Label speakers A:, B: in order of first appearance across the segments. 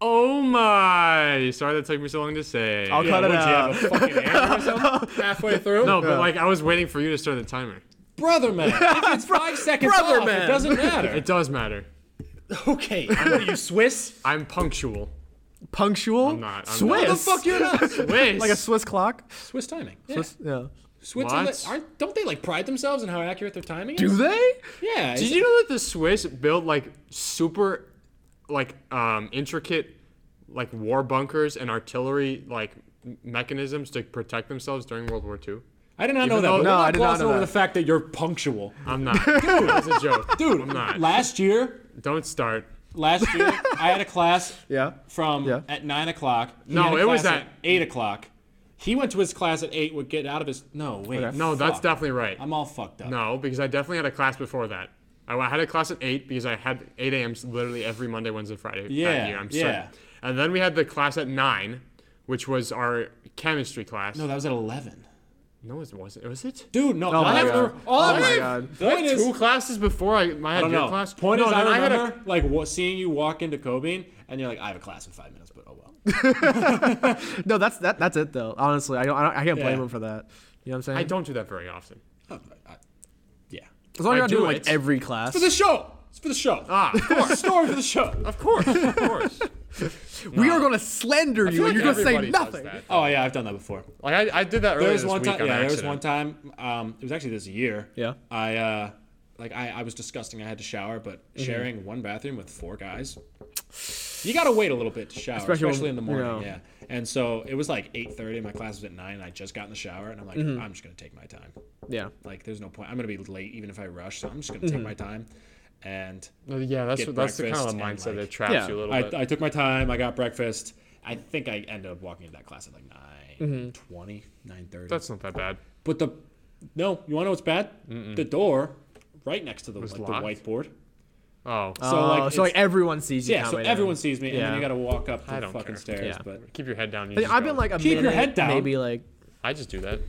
A: Oh my! Sorry that took me so long to say.
B: I'll cut it out.
C: Would you have a fucking error or something halfway through?
A: No, but like I was waiting for you to start the timer.
C: brother man. If it's five seconds
B: brother
C: off,
B: man.
C: it doesn't matter.
A: It does matter.
C: okay.
B: What are you Swiss?
A: I'm punctual.
B: Punctual?
A: I'm not- I'm not.
B: Swiss?
A: No,
C: the fuck you're not.
A: Wait.
B: Like a Swiss clock?
C: Swiss timing. Yeah.
B: Swiss, yeah.
C: Switzerland
A: What?
C: aren't don't they like pride themselves on how accurate their timing
B: Do
C: is?
B: they?
C: Yeah.
A: Did
C: is-
A: you know that the Swiss built like super, like um intricate, like war bunkers and artillery like m- mechanisms to protect themselves during World War II?
C: I did not know
A: Even
C: that.
A: though-
C: but
A: No,
C: we're
B: I did not
C: glossing
B: know
C: over
B: that.
C: the fact that you're punctual.
A: I'm not. Dude, that's a joke.
C: Dude,
A: I'm not.
C: last year,
A: Don't start.
C: last year, I had a class
B: Yeah.
C: from
B: Yeah.
C: at nine o'clock. He
A: No,
C: had a
A: it was
C: class
A: at-
C: eight o'clock. He went to his class at eight. Would get out of his. No wait.
B: Okay.
A: No, that's
C: fuck.
A: definitely right.
C: I'm all fucked up.
A: No, because I definitely had a class before that. I I had a class at eight because I had eight a.m. literally every Monday, Wednesday, Friday
C: Yeah,
A: that year. I'm
C: yeah.
A: certain. And then we had the class at nine, which was our chemistry class.
C: No, that was at eleven.
A: no it wasn't. Was it?
C: Dude, no.
B: Oh
C: I
B: my
C: have
B: God.
C: the- all
B: Oh
C: I
B: my
C: have-
B: God.
C: the Point is,
A: two classes before I, I
C: I
A: had
C: don't
A: your
C: know.
A: class.
C: Point is,
A: No,
C: I
A: then had a-
C: remember like wa- seeing you walk into Cobane, and you're like, I have a class in five minutes, but oh well.
B: No, that's that. That's it though. Honestly, I don't. I, don't, I can't blame
C: Yeah.
B: him for that. You know what I'm saying?
A: I don't do that very often.
C: Yeah.
B: As
A: I
B: long as you're not
A: do
B: doing
A: it.
B: like every class.
C: For the show. It's for the show.
A: Ah, of course,
C: Story for the show.
A: of course, of course.
B: We are gonna slander you,
A: feel like
B: and you're gonna say
A: everybody does
B: nothing.
A: that.
C: Oh yeah, I've done that before.
A: Like I, I did that earlier
C: There was
A: this
C: one
A: week
C: time.
A: on
C: Yeah, there was
A: accident.
C: one time. Um, it was actually this year.
B: Yeah.
C: I uh, like I, I was disgusting. I had to shower, but
A: Mm-hmm.
C: sharing one bathroom with four guys, you gotta wait a little bit to shower,
B: Especially when-
C: especially, in the morning.
B: you know.
C: Yeah. And so it was like 8:30. My class was at nine. And I just got in the shower, and I'm like,
A: Mm-hmm.
C: I'm just gonna take my time.
B: Yeah.
C: Like, there's no point. I'm gonna be late even if I rush. So I'm just gonna
A: Mm-hmm.
C: take my time. And
A: Uh, Yeah, that's
C: Get
A: what- that's the kind of
C: breakfast
A: the
C: and,
A: mindset
C: like-
A: that traps
B: Yeah,
A: you a little
C: I,
A: bit.
C: I took my time. I got breakfast. I think I ended up walking into that class at like
A: Mm-hmm.
C: 9:20, 9:30.
A: that's not that bad.
C: But the no, you want to know what's bad? The door right next to the, like, the
A: locked.
C: whiteboard.
A: Oh,
C: So
B: Oh,
C: like,
B: so like
C: it's-
B: everyone sees you.
C: yeah,
B: kinda
C: so
B: way down.
C: everyone sees me, and then
B: Yeah.
C: you got to walk up the
A: I don't
C: fucking
A: care.
C: stairs.
B: Yeah.
C: But
A: keep your head down. You
B: I-
A: just
B: I've
A: go.
B: been like a
C: Keep your
B: minute,
C: head down.
B: Maybe like
A: I just do that.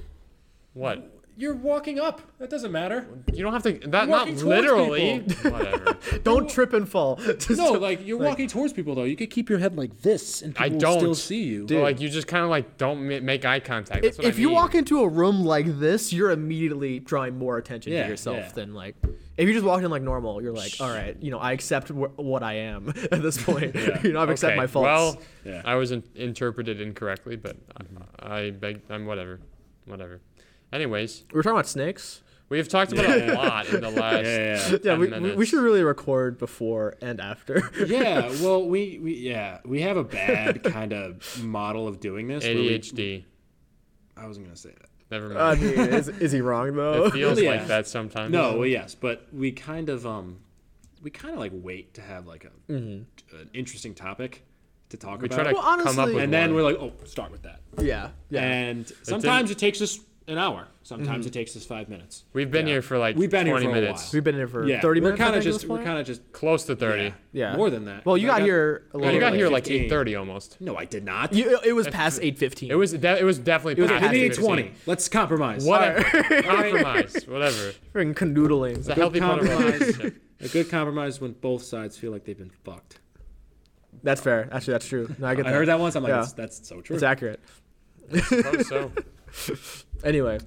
A: What?
C: you're walking up. That doesn't matter.
A: You don't have to. That not
C: walking towards
A: literally. Whatever.
B: don't trip and fall. Just
C: No,
B: don't-
C: like you're walking towards people though. You could keep your head like this, and people
A: I
C: will still
A: don't.
C: see you.
A: But, like you just kind of like don't ma- make eye contact. That's
B: if,
A: what I
B: if you
A: mean.
B: walk into a room like this, you're immediately drawing more attention
C: Yeah,
B: to yourself
C: yeah.
B: than like if you just walked in like normal. You're like, all right, you know, I accept wh- what I am at this point. you know, I've accepted
A: Okay,
B: my faults.
A: Well,
C: Yeah. Mm-hmm.
A: I was in- interpreted incorrectly, but I, I beg. I'm whatever, whatever. Anyways,
B: we were talking about snakes.
A: we have talked about a lot in the last.
C: Yeah, yeah, yeah.
A: 10
B: Yeah, we, we-
A: minutes.
B: we should really record before and after.
C: yeah, well, we, we yeah we have a bad kind of model of doing this. where we-
A: ADHD.
C: I wasn't gonna say that.
A: Never
B: I
A: mind.
B: mean, is, is he wrong though?
A: it feels
C: yeah.
A: like that sometimes.
C: No, well, yes, but we kind of um, we kind of like wait to have like a an interesting topic to talk
A: Mm-hmm. we
C: about,
A: try to
B: Well,
A: come up
B: honestly-
A: with
C: and then
A: one.
C: we're like, oh, start with that.
B: yeah, yeah.
C: And sometimes it takes us an hour. Sometimes it takes us five minutes.
A: We've been here for like
C: We've been here
A: 20
C: for a
A: minutes.
B: We've been in for
C: Yeah,
B: 30
C: we're
B: minutes. I
C: kind of
B: think, at
C: just
B: this
C: we're
B: point?
C: kind of just
A: Close to 30.
C: yeah,
B: Yeah.
C: more than that.
B: Well, you
C: I
B: got here a
C: I
A: No, you
B: little
A: got
B: like
A: here like
C: 15.
A: 8:30 almost.
C: No, I did not.
B: You, it- it was past 8:15.
A: It was de- it was definitely
B: was
A: past
B: past
A: 15.
C: 20. Let's compromise.
A: Whatever. Compromise. Whatever.
B: freaking canoodling.
A: It's a healthy part of a
C: compromise.
A: relationship.
C: A good compromise is when both sides feel like they've been fucked.
B: That's fair. Actually, that's true. No, I get
C: I heard that once. I'm like,
B: Yeah.
C: that's, that's so true.
B: It's accurate.
A: Suppose so.
B: Anyway,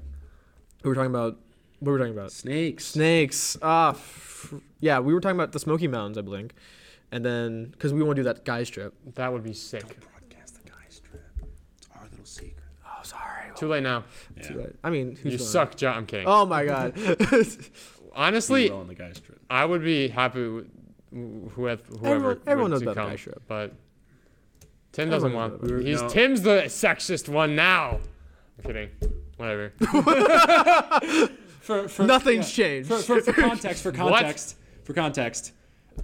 B: we were talking about what were we talking about?
C: Snakes.
B: Snakes. Ah, f- yeah, we were talking about the Smoky Mountains, I blink, and then because we want to do that guys trip.
A: That would be sick.
C: Broadcast the guy's trip. It's our little secret.
B: Oh, sorry.
A: Too late now.
B: I mean, who's
A: You
B: gonna-
A: suck, John. I'm kidding.
B: Oh my god.
A: Honestly,
C: on the guy's trip.
A: I would be happy with wh- whoever. whoever
B: Everyone- everyone
A: would
B: knows
A: to
B: about
A: come,
B: guy ship.
A: But Tim doesn't
B: Everyone
A: want.
B: knows
C: about-
A: He's
C: No.
A: Tim's the sexist one now. I'm kidding. Whatever.
C: For, for,
B: Nothing's changed.
C: For, for, for context, for
A: What?
C: context, for context.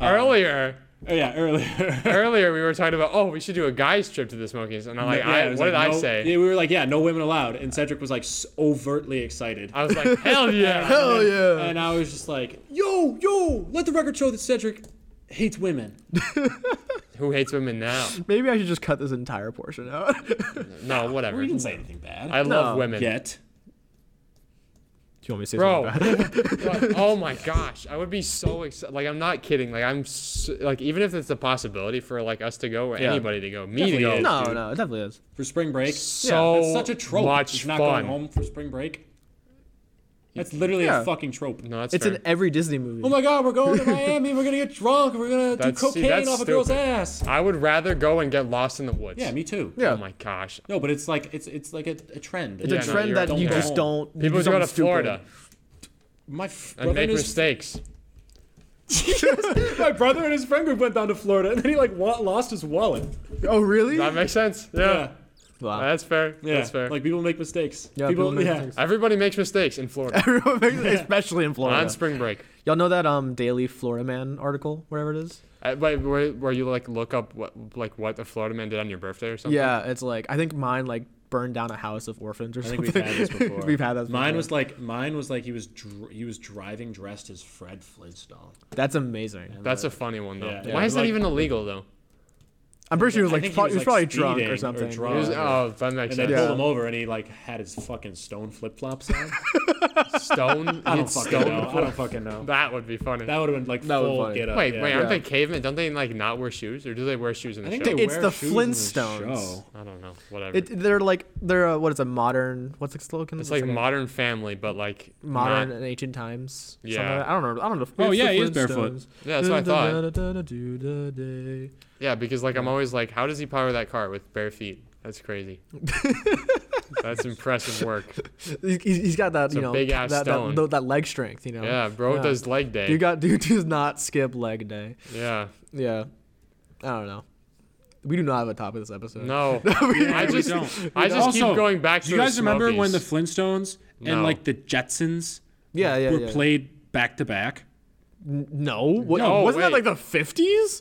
A: earlier,
C: Oh yeah, earlier.
A: earlier we were talking about. Oh, we should do a guys trip to the Smokies, and I'm like,
C: Yeah,
A: I,
C: it
A: what
C: was
A: did
C: like,
A: I
C: no-
A: say?
C: yeah, we were like, yeah, no women allowed, and Cedric was like s- overtly excited.
A: I was like, hell yeah.
B: Hell yeah.
C: And I was just like, yo, yo, let the record show that Cedric hates women.
A: Who hates women now?
B: Maybe I should just cut this entire portion out.
A: No, whatever.
C: We didn't say anything bad
A: I love
B: No.
A: women.
C: yet.
B: you want me to say
A: Bro,
B: something bad?
A: like, oh my gosh, I would be so excited. Like I'm not kidding. Like I'm s like even if it's a possibility for like us to go or
B: Yeah.
A: anybody to go, me to
C: Definitely
A: go.
C: is.
B: no,
C: dude.
B: no, it definitely is.
C: for spring break.
A: So
C: That's such a trope.
A: much
C: it's not
A: fun.
C: going home for spring break. That's literally
B: Yeah.
C: a fucking trope.
A: No, that's
B: It's
A: fair.
B: in every Disney movie.
C: Oh my god, we're going to Miami. We're gonna get drunk. We're gonna
A: That's- see,
C: do cocaine
A: that's
C: off a girl's
A: stupid.
C: ass.
A: I would rather go and get lost in the woods.
C: Yeah, me too.
B: Yeah.
A: Oh my gosh.
C: No, but it's like it's it's like a, a trend.
B: it's
A: Yeah,
B: a
A: no,
B: trend
A: you're
B: that
A: right.
B: you
A: Don't go
B: just
A: home.
B: don't. you
A: People go to
B: do something stupid.
A: Florida
C: My f-
A: and
C: brother
A: make
C: and his,
A: mistakes.
C: my brother and his friend group went down to Florida, and then he like wa- lost his wallet.
B: Oh really?
A: That makes sense. Yeah.
C: Yeah,
B: Wow.
A: That's fair.
C: yeah.
A: That's fair.
C: Like people make mistakes.
B: Yeah, people make mistakes.
A: Everybody makes mistakes in Florida
B: Everyone makes- Especially in
A: on
C: Oh,
B: Florida.
A: spring break.
B: Y'all know that um Daily Florida Man article, whatever it is.
A: Uh, but where, where you like look up what like what the Florida man did on your birthday or something?
B: Yeah, it's like I think mine like burned down a house of orphans or
C: I think
B: something.
C: we've had this before.
B: We've had that
C: Mine
B: before.
C: was like mine was like he was dr- he was driving dressed as Fred Flintstone.
B: That's amazing.
A: That's a funny one though.
C: Yeah, yeah.
A: Why is that
C: Like-
A: even illegal though?
B: I'm pretty sure he was
C: I
B: like
C: think he
B: pro-
C: was,
B: he was
C: like,
B: probably drunk
C: speeding
B: or
C: or
B: something.
A: It
C: drunk.
A: was- oh, that makes
C: And they
A: sense.
B: Yeah.
C: pulled him over, and he like had his fucking stone flip flops on.
A: Stone.
C: I
A: he
C: don't
A: had
C: fucking
A: stone
C: know. I
A: before?
C: don't fucking know.
A: That would be funny.
C: That uh, would have been like
B: That would've been
C: full
B: funny.
C: get up.
A: wait, wait, aren't
B: yeah.
A: they cavemen? Don't they like not wear shoes, or do they wear shoes in the
C: I think
A: show?
C: they
B: It's
C: wear
B: the
C: shoes in
B: Flintstones.
C: show.
A: I don't know. Whatever.
B: It, they're like they're a, what is a modern what's the slogan?
A: it's
B: What's
A: like
B: it
A: Modern Family, but like
B: modern
A: not-
B: and ancient times. something
A: Yeah.
B: like that. I don't know. I don't know.
C: Oh,
B: It's the
C: yeah, he is barefoot.
B: Flintstones.
A: Yeah, that's what I thought.
B: Da-da-da-da-da-da-da-day.
A: Yeah, because like I'm always like, how does he power that car with bare feet? That's crazy. That's impressive work.
B: He's, he's- he's got that
A: It's
B: you
A: a
B: know
A: big-ass
B: that,
A: stone.
B: that, tho- that leg strength. You know.
A: Yeah, bro
B: Yeah.
A: does leg day.
B: You got dude does not skip leg day.
A: yeah.
B: Yeah. I don't know. We do not have a topic this episode.
A: No. I
C: we
A: just
C: don't.
A: I just keep
C: Also,
A: going back to
C: Do you
A: the
C: guys remember when the
A: Smokies.
C: Flintstones and
A: No.
C: like the Jetsons
B: Yeah, yeah,
C: were
B: yeah.
C: played back to back?
B: N- no. What,
A: No,
B: wasn't that
A: wait.
B: like the fifties?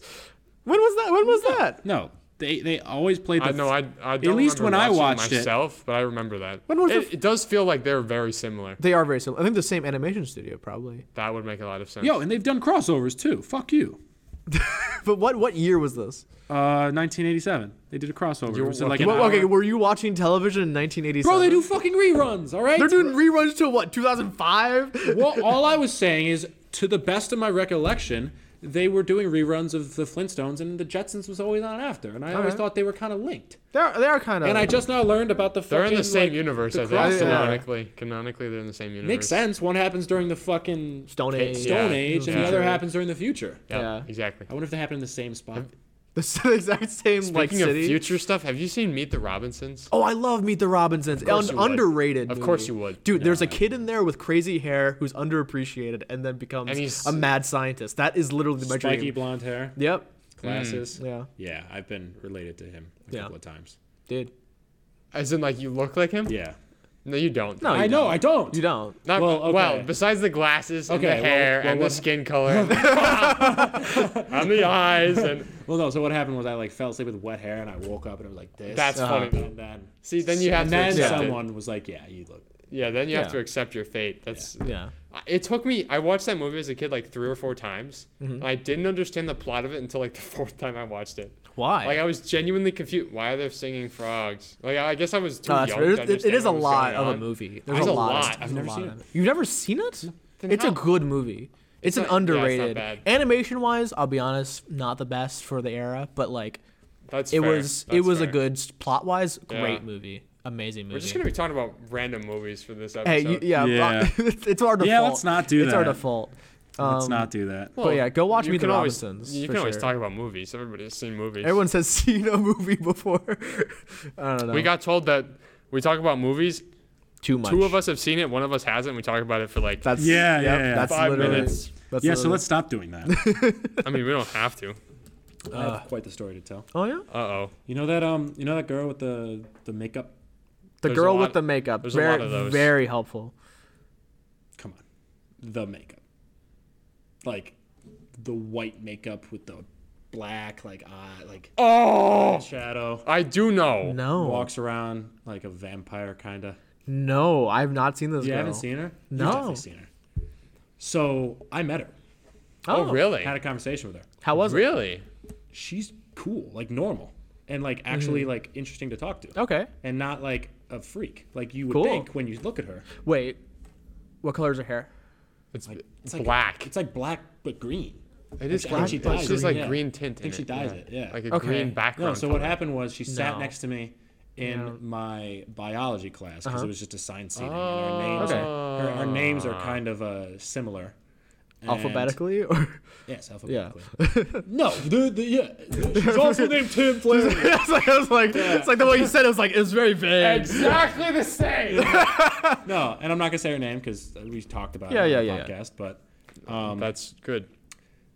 B: When was that? When was that?
C: No, they they always played. The
A: I know I, I don't
C: at least
A: remember
C: when I
A: watching
C: watched it-
A: myself, but I remember that.
B: When was
A: it,
B: the f-
A: it does feel like they're very similar.
B: They are very similar. I think the same animation studio probably.
A: That would make a lot of sense.
C: Yo, and they've done crossovers too. Fuck you.
B: But what what year was this?
C: Uh, 1987. They did a crossover.
A: You
C: it was
A: were
C: like
A: lucky.
C: an
B: Well,
C: hour.
B: okay, were you watching television in 1987?
C: Bro, they do fucking reruns. All right.
B: They're doing reruns till what? 2005.
C: well, all I was saying is, to the best of my recollection, they were doing reruns of the Flintstones, and the Jetsons was always on after, and I always
B: right.
C: thought they were kind of linked.
B: They are, they are kind of.
C: And I just now learned about the.
A: they're in the
C: fucking,
A: same
C: like,
A: universe.
C: the
A: I think
B: crossover. Yeah.
A: canonically, canonically they're in the same universe.
C: Makes sense. One happens during the fucking
B: Stone Age.
C: Stone
A: Yeah.
C: Age, and
A: Yeah.
C: the other happens during the future.
A: Yeah,
B: Yeah.
A: exactly.
C: I wonder if they happen in the same spot.
B: the s- exact same like
A: Speaking of
B: city.
A: future stuff, have you seen Meet the Robinsons?
B: Oh, I love Meet the Robinsons.
A: course
B: An
A: you would.
B: underrated.
A: Of course
B: movie.
A: you would.
B: Dude, there's a kid in there with crazy hair who's underappreciated and then becomes
A: And he's-
B: a mad scientist. That is literally my
C: Spiky
B: dream.
C: blonde hair,
B: Yep.
C: glasses.
B: Mm, Yeah.
C: Yeah, I've been related to him a
B: Yeah.
C: couple of times.
B: Dude.
A: As in, like you look like him?
C: Yeah.
A: No, you don't.
B: No, Oh, you
C: I know. I don't.
B: You don't.
A: Not, well,
C: Well, okay.
A: besides the glasses and the
C: Okay, well-
A: hair
C: well,
A: and
C: what-
A: the skin color and the eyes and
C: Well, no. So what happened was I like fell asleep with wet hair, and I woke up and it was like this.
A: that's
B: Uh-huh.
A: funny.
C: And then,
A: See, then you have
C: and
A: to
C: then
A: accept it.
C: someone was like, "Yeah, you look."
A: Yeah, then you
B: Yeah.
A: have to accept your fate. That's
B: Yeah.
A: I- It took me. I watched that movie as a kid like three or four times,
B: Mm-hmm.
A: and I didn't understand the plot of it until like the fourth time I watched it.
B: Why?
A: Like I was genuinely confused. Why are they singing frogs? Like I guess I was too
B: No, that's
A: young.
B: fair.
A: to
B: Uh, It- it- it
A: understand
B: is a
A: what was
B: lot
A: going
B: of a
A: on.
B: movie. There's
A: There's a
B: a lot.
A: lot.
B: Of,
A: I've
B: there's
C: never
B: a lot
C: seen
B: of
C: it.
B: You've never seen it?
A: Then
B: it's a
A: how?
B: good movie. It's, an
A: not- yeah, it's not
B: underrated.
A: bad.
B: Animation wise, I'll be honest, not the best for the era, but like
A: That's
B: it
A: fair.
B: was it
A: That's
B: was a
A: fair.
B: good plot wise,
A: Yeah.
B: great movie. Amazing movie.
A: We're just gonna be talking about random movies for this episode.
B: Hey, you, yeah,
C: Yeah.
B: it's, it's our default.
C: Yeah, let's not do
B: it's our
C: that.
B: default.
C: Let's
B: Um,
C: not do that.
B: but yeah, go watch
A: you
B: Meet the
A: can always-
B: Robinsons,
A: You
B: for
A: can always
B: sure.
A: talk about movies. Everybody's seen movies.
B: Everyone says seen a movie before. I don't know.
A: We got told that we talk about movies.
B: too much.
A: Two of us have seen it. One of us hasn't. We talk about it for like.
B: That's
C: Yeah, yeah,
B: yep,
C: yeah.
B: That's
A: Five
B: literally,
A: minutes.
B: That's
C: yeah, so
B: literally-
C: let's stop doing that.
A: I mean, we don't have to.
C: I
B: Uh.
C: have quite the story to tell.
B: Oh yeah,
A: Uh oh.
C: You know that um, you know that girl with the the makeup.
B: the
A: There's a
B: girl
A: lot-
B: with the makeup.
A: there's a
B: very,
A: lot of those.
B: very helpful.
C: Come on, the makeup. Like, the white makeup with the black like eye like
A: Oh,
C: shadow.
A: I do know.
B: No,
C: Walks around like a vampire kind of.
B: no, I've not seen this.
C: You
B: girl.
C: haven't seen her? You've
B: No.
C: definitely seen her. So I met her.
A: Oh, really?
C: Had a conversation with her.
B: How was it?
A: Really?
C: She's cool, like normal, and like actually like interesting to talk to,
B: Mm-hmm. Okay,
C: and not like a freak like you would
B: Cool.
C: think when you look at her.
B: wait. What color is her hair?
A: It's,
C: Like, it's like
A: black.
C: It's like black but green.
A: it is
C: I think
A: black.
C: she
A: but It's
C: dyes
A: just
C: it,
A: like
C: yeah.
A: green tint.
C: I think
A: in
C: she
A: it,
C: dyes it, yeah.
A: Like a
B: Okay.
A: green
B: No,
A: background.
C: No, so what
A: color.
C: happened was she sat
B: No.
C: next to me in my biology class because it was just assigned seating. and our names,
B: Uh-huh. Oh. Okay.
C: are, her- our names are kind of uh, similar. And-
B: Alphabetically or
C: Yes,
B: yeah.
C: alphabetically. No, the, the, yeah. She's also named Tim Flair.
B: it's like, I was like, it's like the way you said it was like it's very vague.
A: Exactly the same.
C: No, and I'm not gonna say her name because we talked about
B: Yeah,
C: it
B: yeah,
C: on the
B: yeah, yeah.
C: podcast. But
A: That's good.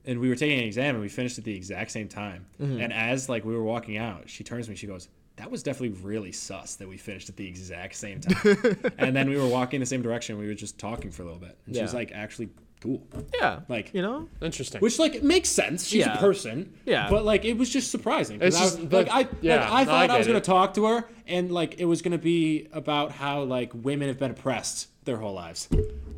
C: and we were taking an exam and we finished at the exact same time.
B: Mm-hmm.
C: And as like we were walking out, she turns to me, she goes, That was definitely really sus that we finished at the exact same time. and then we were walking the same direction, we were just talking for a little bit. And she's
B: Yeah.
C: like actually cool.
B: Yeah.
C: Like-
B: you know?
A: Interesting.
C: Which like it makes sense. She's
B: Yeah.
C: a person.
B: Yeah.
C: But like it was just surprising. 'cause
A: It's
C: I was-
A: just-
C: like
A: that-
C: I like,
A: yeah,
C: I
A: no,
C: thought
A: I
C: I, was
A: get
C: gonna
A: it.
C: talk to her and like it was gonna be about how like women have been oppressed their whole lives.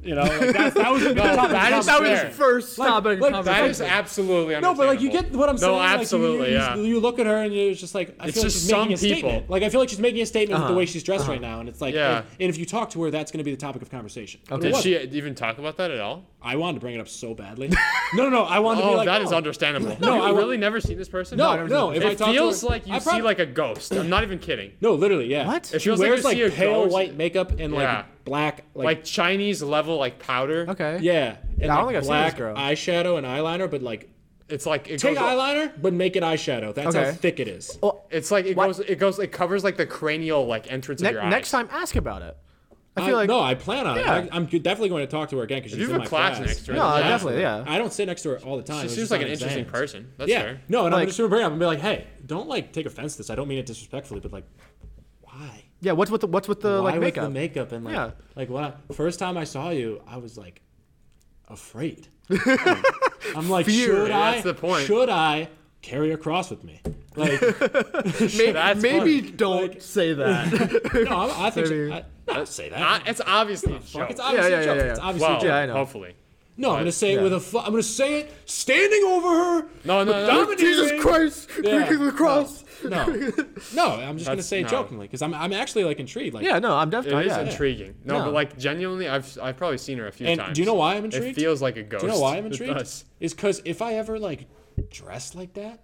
C: You know, like that, that was the topic.
A: that is
B: that was
A: fair.
B: his first
C: Like-
B: topic. of
C: like,
B: conversation.
A: that is absolutely
C: No, but like you get
A: understandable.
C: what I'm
A: No,
C: saying. like, you-
A: absolutely,
C: you,
A: yeah.
C: You, look at her and you're just like, I
A: It's
C: feel like
A: just
C: she's making
A: some
C: a statement.
A: people.
C: Like I feel like she's making a statement with
B: Uh-huh,
C: the way she's dressed right now, and it's like,
A: Yeah.
C: and, and if you talk to her, that's going to be the topic of conversation. But it
A: Did
C: wasn't.
A: she even talk about that at all?
C: I wanted to bring it up so badly. no, no, no. I wanted to be
A: Oh,
C: like,
A: that is
C: oh.
A: understandable.
C: No,
A: No, you
C: I wa-
A: really never seen this person.
C: No,
A: I've never
C: no,
A: seen
C: if I
A: this
C: talk
A: person. it
C: to
A: feels
C: her-
A: like you
C: I
A: see
C: prob-
A: like a ghost. I'm not even kidding.
C: No, literally, yeah.
B: What? It
C: She
A: feels like
C: wears
A: you
C: like,
A: see a
C: pale
A: ghost-
C: white makeup and like
A: Yeah.
C: black, like,
A: Like Chinese level like powder.
B: Okay.
C: yeah, and
B: I don't
C: like
B: think I've seen this
C: black
B: girl.
C: eyeshadow and eyeliner, but like
A: It's like it
C: take
A: goes.
C: eyeliner, but make it eyeshadow. That's how
B: Okay.
C: thick it is.
B: Well,
A: It's like it
B: What?
A: goes. It goes. It covers like the cranial like entrance
B: ne-
A: of your
B: next
A: eyes.
B: time ask about it. I
C: I
B: feel like
C: no, I plan on
B: Yeah.
C: it. I- I'm definitely going to talk to her again because she's
A: You
C: in
A: have
C: my
A: a class
C: class
A: next. Right?
B: No,
A: Yeah.
B: definitely, yeah.
C: I don't sit next to her all the time.
A: She
C: It was
A: seems
C: just
A: like an
C: on
A: interesting
C: exams.
A: person. That's
C: Yeah.
A: fair.
C: No, and I'm
B: Like-
C: gonna just bring her up and be like, hey, don't like take offense to this. I don't mean it disrespectfully, but like, why?
B: Yeah, what's with the what's with the
C: why
B: like
C: with
B: makeup?
C: the makeup and like,
B: Yeah.
C: like what? First time I saw you, I was like, afraid. I'm like,
B: Fear,
C: should I?
A: that's the point.
C: Should I carry her cross with me? Like,
B: May-
A: That's
B: maybe
A: funny.
B: don't
C: Like-
B: say that.
C: no, I, I think
B: Maybe.
C: she, I, not say that.
A: Ah, it's obviously a
C: Fuck,
A: joke.
C: it's obviously
B: yeah,
C: a
B: yeah,
C: joke.
B: yeah, yeah.
C: It's obviously a
A: well,
C: joke.
B: yeah, I know.
A: hopefully.
C: No, I'm gonna say
B: Yeah.
C: it with a. Fu- I'm gonna say it standing over her.
A: No, no, no.
C: dominating-
B: Jesus Christ!
C: Yeah.
B: the cross.
C: No, no. I'm just gonna
A: That's-
C: say it
A: no.
C: jokingly because I'm, I'm actually like intrigued. Like,
B: Yeah, no, I'm
A: It is
B: definitely. Oh, Yeah.
A: intriguing. No,
B: No.
A: but like genuinely, I've I've probably seen her a few
C: And
A: times.
C: do you know why I'm intrigued?
A: It feels like a ghost.
C: Do you know why I'm
A: It
C: intrigued?
A: does.
C: Is because if I ever like dress like that,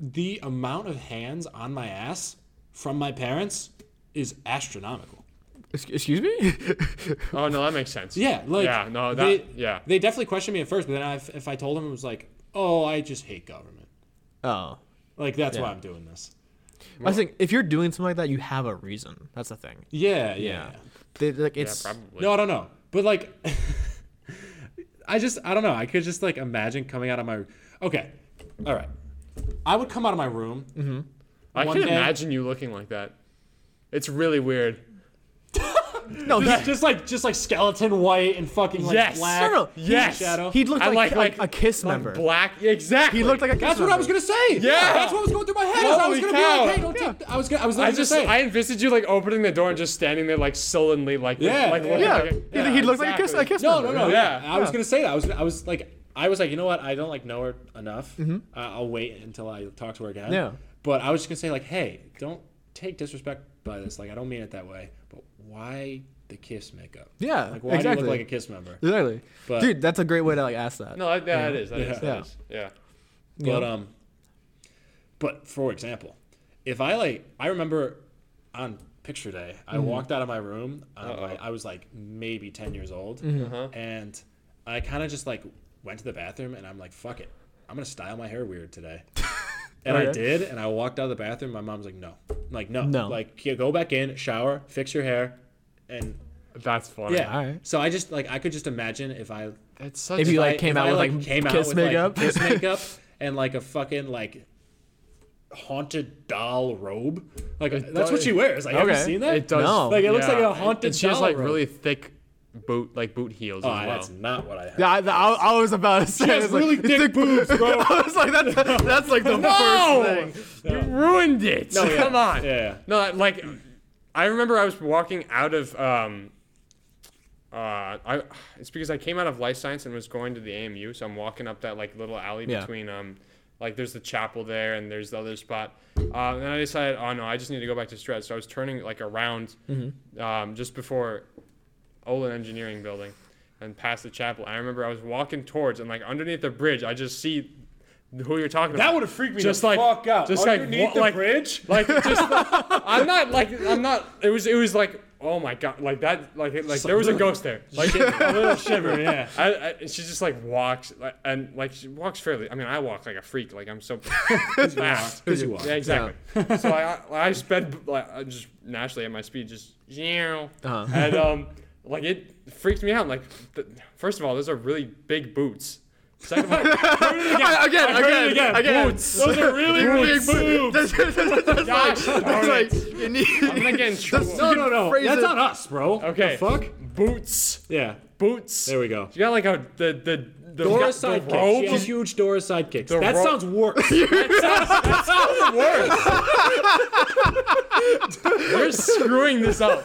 C: the amount of hands on my ass from my parents is astronomical.
B: Ex- Excuse me.
A: Oh no, that makes sense.
C: Yeah, like
A: yeah, no, that
C: they,
A: yeah.
C: they definitely questioned me at first, but then I, if I told them it was like, oh, I just hate government.
B: oh,
C: Like that's why I'm doing this.
B: I think if you're doing something like that, you have a reason. That's the thing.
C: Yeah, yeah. yeah.
B: They, like
A: yeah,
B: it's
A: probably.
C: No, I don't know. But like, I just I don't know. I could just like imagine coming out of my. Okay, all right. I would come out of my room.
A: I
C: one
A: can
C: day-
A: imagine you looking like that. It's really weird.
B: no, he,
C: Just, just like just like skeleton white and fucking like
A: Yes.
C: black
B: No, no.
A: Yes.
C: shadow.
B: he looked
A: I
B: like,
A: like,
B: like
A: like-
B: a Kiss
A: Like
B: member.
A: black, exactly.
B: he looked like a Kiss
C: That's what I was
B: member.
C: gonna say.
A: Yeah.
C: that's what was going through my head. is I
A: Holy
C: was gonna
A: cow.
C: be like, hey, don't take. I was gonna. I was
A: I
C: literally
A: just
C: saying.
A: I envisaged you like opening the door and just standing there like sullenly like
C: Yeah,
A: like,
C: yeah.
A: looking
B: Yeah,
A: like a-
B: he, he looked like a Kiss, a
A: exactly.
B: kiss
C: no, no,
B: member.
C: no.
B: yeah.
C: Yeah,
A: Yeah.
C: I was gonna say that. I was. I was like. I was like, you know what? I don't like know her enough. Uh, I'll wait until I talk to her again.
B: Mm-hmm. Yeah.
C: But I was just gonna say like, hey, don't take disrespect by this. Like, I don't mean it that way. But why the kiss makeup?
B: Yeah,
C: Like, why do
B: exactly.
C: you look like a kiss member?
B: Exactly.
C: But-
B: Dude, that's a great way to like ask that.
A: No, that, yeah, that is. That is.
C: Yeah.
A: That is. Yeah.
C: But um, but for example, if I like, I remember on picture day, I
B: Mm-hmm.
C: walked out of my room. Um, like, I was like maybe ten years old,
B: Uh-huh.
C: and I kind of just like went to the bathroom, and I'm like, fuck it, I'm gonna style my hair weird today. And I
B: Okay.
C: did, and I walked out of the bathroom. My mom's like, "No, I'm like no,
B: No.
C: like "Yeah, go back in, shower, fix your hair, and
A: That's funny.
C: yeah."
B: alright.
C: So I just like I could just imagine if I
A: It's such
B: If
A: a-
B: you, like,
C: I-
B: came
C: if
B: out
C: I,
B: with, like, kiss makeup.
C: kiss makeup, and like a fucking like haunted doll robe. Like that's what
A: does-
C: she wears. Like, Have
B: Okay.
C: you seen that?
A: it does
B: No.
C: Like it looks like
A: yeah.
C: a haunted
A: and she has
C: doll
A: like
C: robe.
A: really thick boot like boot heels
C: Oh,
A: as well.
C: that's not what I heard.
B: Yeah, I, I, I was about to say.
C: has
B: I was like,
C: really thick boobs, bro.
B: I was like, that's, that's like the
A: No!
B: first thing.
A: You ruined it.
C: No, yeah.
A: Come on.
C: Yeah.
A: No, I- like, I remember I was walking out of, um, uh, I, it's because I came out of life science and was going to the AMU, so I'm walking up that like little alley
B: Yeah.
A: between, um, like there's the chapel there and there's the other spot. Um, and I
C: Mm-hmm.
A: decided, oh no, I just need to go back to stretch. So I was turning like around, um, just before Olin Engineering Building, and past the chapel. I remember I was walking towards and like underneath the bridge, I just see who you're talking about.
C: That would have freaked me the fuck out.
A: Just
C: Underneath
A: like, wa-
C: the
A: like
C: bridge?
A: Like just like, I'm not like I'm not. It was it was like oh my god like that like it, like there was a ghost there like. It,
C: a little shiver, yeah.
A: I, I, and she just like walks like, and like she walks fairly. I mean, I walk like a freak. Like I'm so fast.
C: Because you are.
A: Yeah, exactly. so I, I I sped like I just naturally at my speed just meow.
B: Uh-huh.
A: and um like it freaked me out. Like th- first of all, those are really big boots. Second of all,
B: I- again,
A: I heard
B: again,
A: it again.
B: again.
A: Boots.
C: Those are really big boobs.
B: That's, that's, that's, that's
A: Gosh
B: like,
A: darn
B: that's like you need.
A: I'm gonna get in trouble.
B: not-
C: No, no, no.
B: Phrase
C: That's
B: it-
C: on us, bro.
A: Okay.
C: The fuck?
A: Boots,
C: Yeah.
A: boots.
C: There we go.
A: You got like a the the the,
C: Dora
A: the
C: sidekicks. She
A: robe.
C: has huge Dora sidekicks.
A: The
C: That
A: ro-
C: sounds worse.
A: We're screwing this up.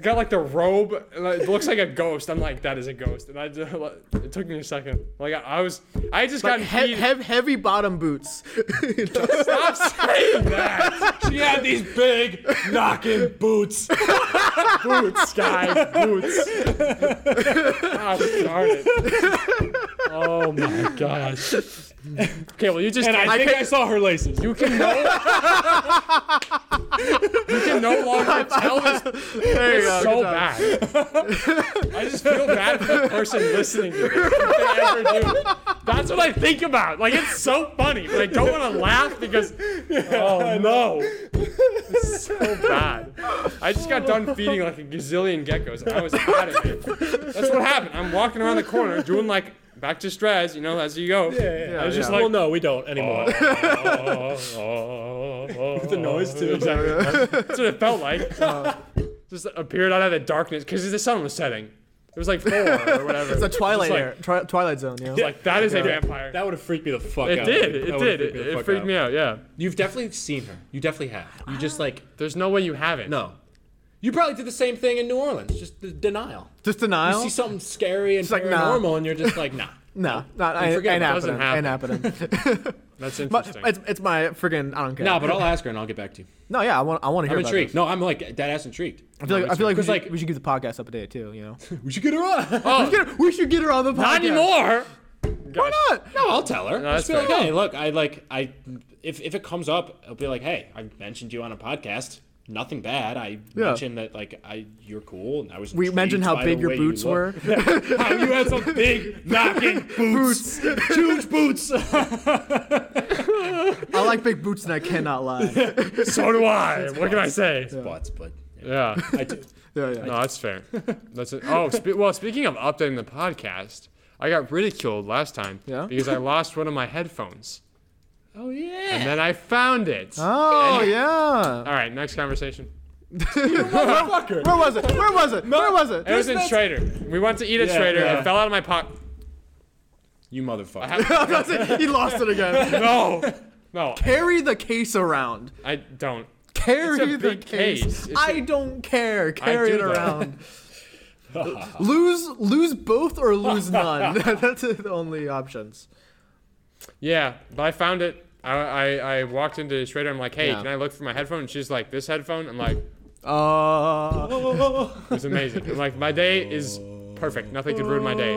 A: Got like the robe. and It looks like a ghost. I'm like, that is a ghost. And I just, it took me a second. Like I, I was, I just got
B: Like, he- he- heavy bottom boots.
A: Stop saying that,
C: she had these big knocking boots.
A: boots, guys, boots. Gosh darn it. Oh my gosh. Okay, well you just
C: And I,
A: I
C: think
A: can-
C: I saw her laces.
A: you can no. you can no longer tell this
B: There you
A: It's
B: go.
A: so
B: good job.
A: bad. I just feel bad for the person listening to this. If they ever do. That's what I think about. Like it's so funny, but I don't want to laugh because oh no, it's so bad. I just got done feeding like a gazillion geckos. I was out of it. That's what happened. I'm walking around the corner doing like back to Straz, you know, as you go.
C: yeah,
A: I was just
B: yeah.
A: like,
C: well, no, we don't anymore.
A: Oh. With
C: the noise, too. Uh.
A: Exactly. That's what it felt like. Just appeared out of the darkness because the sun was setting. It was like four or whatever.
B: It's a Twilight
A: Just like,
B: era, twi- Twilight Zone. Yeah.
A: Like that is a vampire.
C: That would have freaked me the fuck
A: it
C: out.
A: did.
C: That
A: It
C: would've
A: did. It,
C: the
A: it
C: fuck
A: freaked
C: out.
A: me out. Yeah.
C: You've definitely seen her. You definitely have. You just like
A: There's no way you haven't.
C: no. You probably did the same thing in New Orleans. Just the denial.
B: Just
C: You
B: denial.
C: see something scary and
B: It's like, nah.
C: paranormal, and you're just like, nah.
B: No, not I, ain't
C: forget it
A: doesn't
B: happening. Ain't happening.
A: That's
B: But
A: interesting.
B: it's, it's my friggin' I don't care.
C: Nah, but I'll ask her and I'll get back to you.
B: no, yeah, I want I want to hear
C: I'm
B: about
C: intrigued.
B: this.
C: No, I'm like that. ass intrigued.
B: I feel like I feel like we,
C: Because,
B: should,
C: like-
B: we should give the podcast up a day too. You know,
C: We should get her on.
A: oh,
B: we, should get her, we should get her on the podcast.
A: not anymore.
B: Why not?
C: No, I'll tell her.
A: that's
C: Just be like,
A: fair.
C: hey, look, I like, I if if it comes up, I'll be like, hey, I mentioned you on a podcast. Nothing bad. I
B: Yeah.
C: mentioned that like I you're cool, and I was.
B: We
C: intrigued
B: mentioned how
C: by
B: big
C: the
B: your
C: way you
B: boots
C: look."
B: were.
C: How you had some big knocking boots, huge boots.
B: I like big boots and I cannot lie. Yeah,
A: So do I. What can I say?
C: Butts, but yeah,
A: Yeah.
C: I do.
B: yeah.
A: No, that's fair. That's it. oh, spe- well. Speaking of updating the podcast, I got ridiculed last time
B: Yeah?
A: because I lost one of my headphones,
C: Oh yeah.
A: and then I found it.
B: Oh yeah.
A: All right, next conversation.
C: Motherfucker.
B: Where was it? Where was it? Where was it?
A: It was in
C: Christmas.
A: Trader. We went to eat at
C: Yeah,
A: Trader.
C: yeah.
A: It fell out of my pocket.
C: You motherfucker.
B: That's it. He lost it again.
A: No, no,
B: Carry the case around.
A: I don't.
B: Carry
A: It's a
B: the
A: big
B: case.
A: case. It's
B: I don't care. Carry
A: do, though.
B: it around. lose lose both or lose none. That's the only options.
A: Yeah, but I found it. I, I, I walked into Trader. I'm like, hey,
B: Yeah.
A: can I look for my headphone? And she's like, this headphone. I'm like, it
B: Uh,
A: was amazing. I'm like, my day is perfect. Nothing could ruin my day.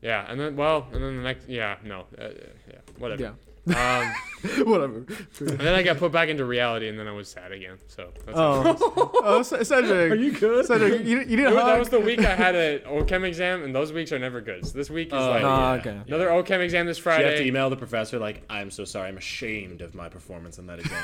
A: Yeah, and then well, and then the next. Yeah, no, uh, yeah,
B: yeah.
A: whatever. Um,
B: Whatever.
A: and then I got put back into reality, and then I was sad again. So that's it.
B: Oh, oh C- Cedric. Are you good? Cedric, you, you need a
A: That was-
B: hug.
A: that was the week I had an OChem exam, and those weeks are never good. So this week is like
B: yeah. Oh, okay.
A: another OChem exam this
C: You have to
A: Friday.
C: email the professor like, I'm so sorry, I'm ashamed of my performance in that exam.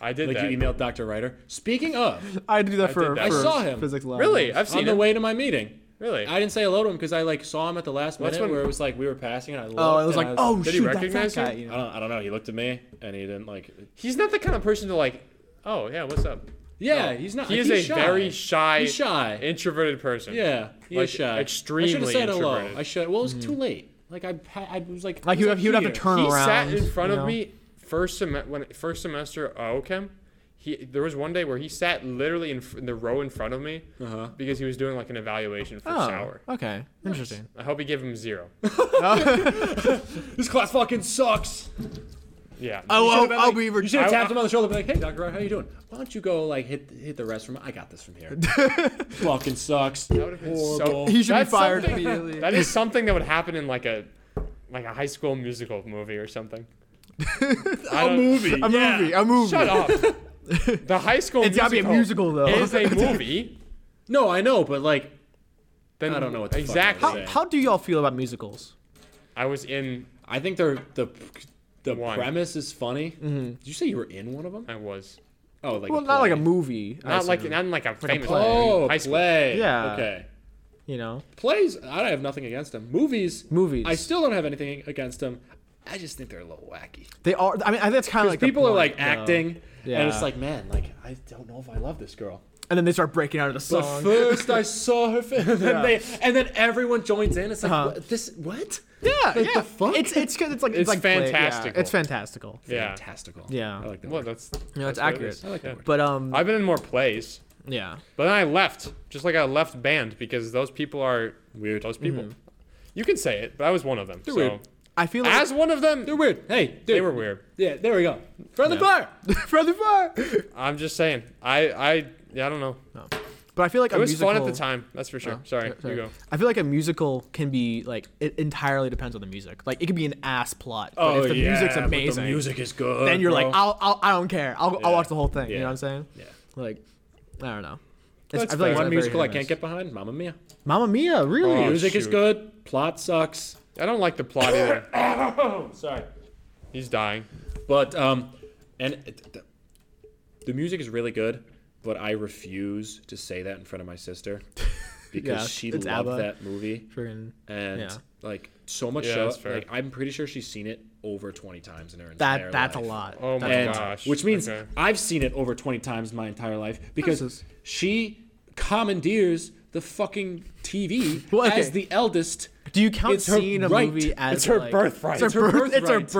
A: I did
C: like
A: that.
C: you emailed Dr. Ryder. Speaking of,
B: I had to do that for,
A: that. I
B: for
C: saw him.
B: physics lab.
A: Really? I've
C: on
A: seen
C: the
A: it.
C: way to my meeting,
A: really?
C: I didn't say hello to him because I like saw him at the last
A: That's
C: minute
A: when-
C: where it was like we were passing and I looked.
B: Oh, it was
C: and
B: like,
C: I
B: oh
A: Did he
B: shoot, that fat
A: recognize
B: guy.
A: you?
B: You
C: I
B: know.
C: don't, I don't know. He looked at me and he didn't like.
A: He's not the kind of person to like. Oh yeah, what's up?
C: Yeah, he's not.
A: He is
C: he's
A: a
C: shy.
A: very shy,
C: He's shy.
A: introverted person.
C: Yeah, he
A: Like,
C: is shy. I should
A: extremely
C: have said hello.
A: introverted.
C: I should. Well, it was too late. Like I, pa- I was like.
B: Mm-hmm. Like
C: I
B: he
C: was,
B: would, he would have to
C: here.
B: turn
A: He
B: around.
A: sat in front
B: you
A: of
B: know?
A: me first sem- when first semester at OChem. He there was one day where he sat literally in, f- in the row in front of me
C: Uh-huh.
A: because he was doing like an evaluation for
B: Oh,
A: shower.
B: okay, interesting.
A: I hope he gave him zero.
C: This class fucking sucks.
A: Yeah.
B: Oh,
C: You
B: I'll,
C: should've been
B: I'll
C: like-
B: be. Re-
A: Oh,
C: You should have
A: I-
C: tapped
A: I-
C: him on the shoulder and been like, hey, Dr. Ryan, how you doing? why don't you go like hit hit the restroom? I got this from here. Fucking sucks.
A: would've been so-
C: Horrible.
B: He should be
A: That's
B: fired
A: something-
B: immediately.
A: That is something that would happen in like a like a high school musical movie or something. I
C: a
A: don't-
C: movie.
B: a
C: yeah.
B: movie. A movie.
A: Shut up. The high school
B: It's gotta be a musical, though.
A: Is a movie.
C: No, I know, but like
A: Then
C: I don't know what the fuck
A: exactly.
C: that
B: How, how do y'all feel about musicals?
A: I was in.
C: I think they're the the
A: One.
C: premise is funny. Did you say you were in one of them?
A: I was
C: Oh, like
B: Mm-hmm. Well,
C: a
B: not like a
C: play.
B: movie. I
A: not like
B: assume,
A: not in like a famous
B: play.
C: oh
A: high
C: a
A: school.
C: play.
B: Yeah.
C: Okay.
B: you know.
C: Plays. I have nothing against them. Movies.
B: Movies.
C: I still don't have anything against them. I just think they're a little wacky.
B: They are. I mean, I think that's kind of like the
C: people are
B: point,
C: like
B: though.
C: acting,
B: Yeah.
C: and it's like, man, like I don't know if I love this girl.
B: and then they start breaking out into
C: But
B: song.
C: first I saw her, fa- and, then
B: Yeah.
C: they, and then everyone joins in. It's like
B: Uh-huh.
C: what, this what?
B: yeah,
C: Like,
B: yeah.
C: the fuck?
B: It's it's 'cause it's like it's,
A: It's
B: like play- yeah,
A: fantastical.
B: It's fantastical.
A: Yeah.
C: Fantastical.
B: Yeah.
C: I like that.
A: Well,
C: word.
A: that's
B: No, it's
A: that's what it
B: accurate.
A: is.
C: I like that
A: Yeah.
C: word.
B: But um,
A: I've been in more plays,
B: yeah,
A: but then I left, just like I left band because those people are
C: Weird.
A: Those people.
B: Mm-hmm.
A: You can say it, but I was one of them. so
C: weird.
B: I feel like
A: as one of them,
C: They're weird. Hey, dude.
A: they were weird.
C: Yeah, there we go. Friendly
B: Yeah.
C: fire.
B: Friendly Fire.
A: I'm just saying. I I yeah, I don't know.
B: No. But I feel like
A: It
B: a
A: was
B: musical,
A: fun at the time. That's for sure.
B: Oh,
A: sorry,
B: sorry.
A: you go.
B: I feel like a musical can be like it entirely depends on the music. Like it could be an ass plot, but if the music's
C: but
B: amazing,
C: Oh, The music is good.
B: then you're like, "Ah."
C: bro.
B: I'll, I'll I don't care. I'll, I'll
C: Yeah.
B: watch the whole thing. You know
C: Yeah.
B: what I'm saying?
C: Yeah.
B: Like, I don't know.
A: That's fair.
B: I it's
A: One
B: very
C: one musical
B: hit
C: I
B: or
C: can't
B: miss.
C: get behind. Mamma Mia.
B: Mamma Mia, really?
A: Oh,
C: music is
A: shoot.
C: good. Plot sucks.
A: I don't like the plot either.
C: Sorry.
A: He's dying.
C: But um, and it- the, the music is really good, but I refuse to say that in front of my sister because
B: Yeah,
C: she
B: it's
C: loved
B: ABBA.
C: that movie
B: Friggin-
C: and
B: Yeah.
C: like so much.
A: Yeah,
C: show,
A: that's fair.
C: Like I'm pretty sure she's seen it over 20 times in her entire
B: that that's
C: life.
B: a lot.
A: Oh
B: That's
A: my
B: a
C: And
B: lot.
A: gosh.
C: which means
A: Okay.
C: I've seen it over 20 times my entire life because
B: This is-
C: she commandeers the fucking TV
B: Well, okay.
C: as the eldest.
B: Do you count
C: It's her
B: seeing a
C: right.
B: movie as
A: It's her
B: like-
A: birthright.
B: It's
A: It's
B: her,
C: her
B: birth, It's her
C: birthright.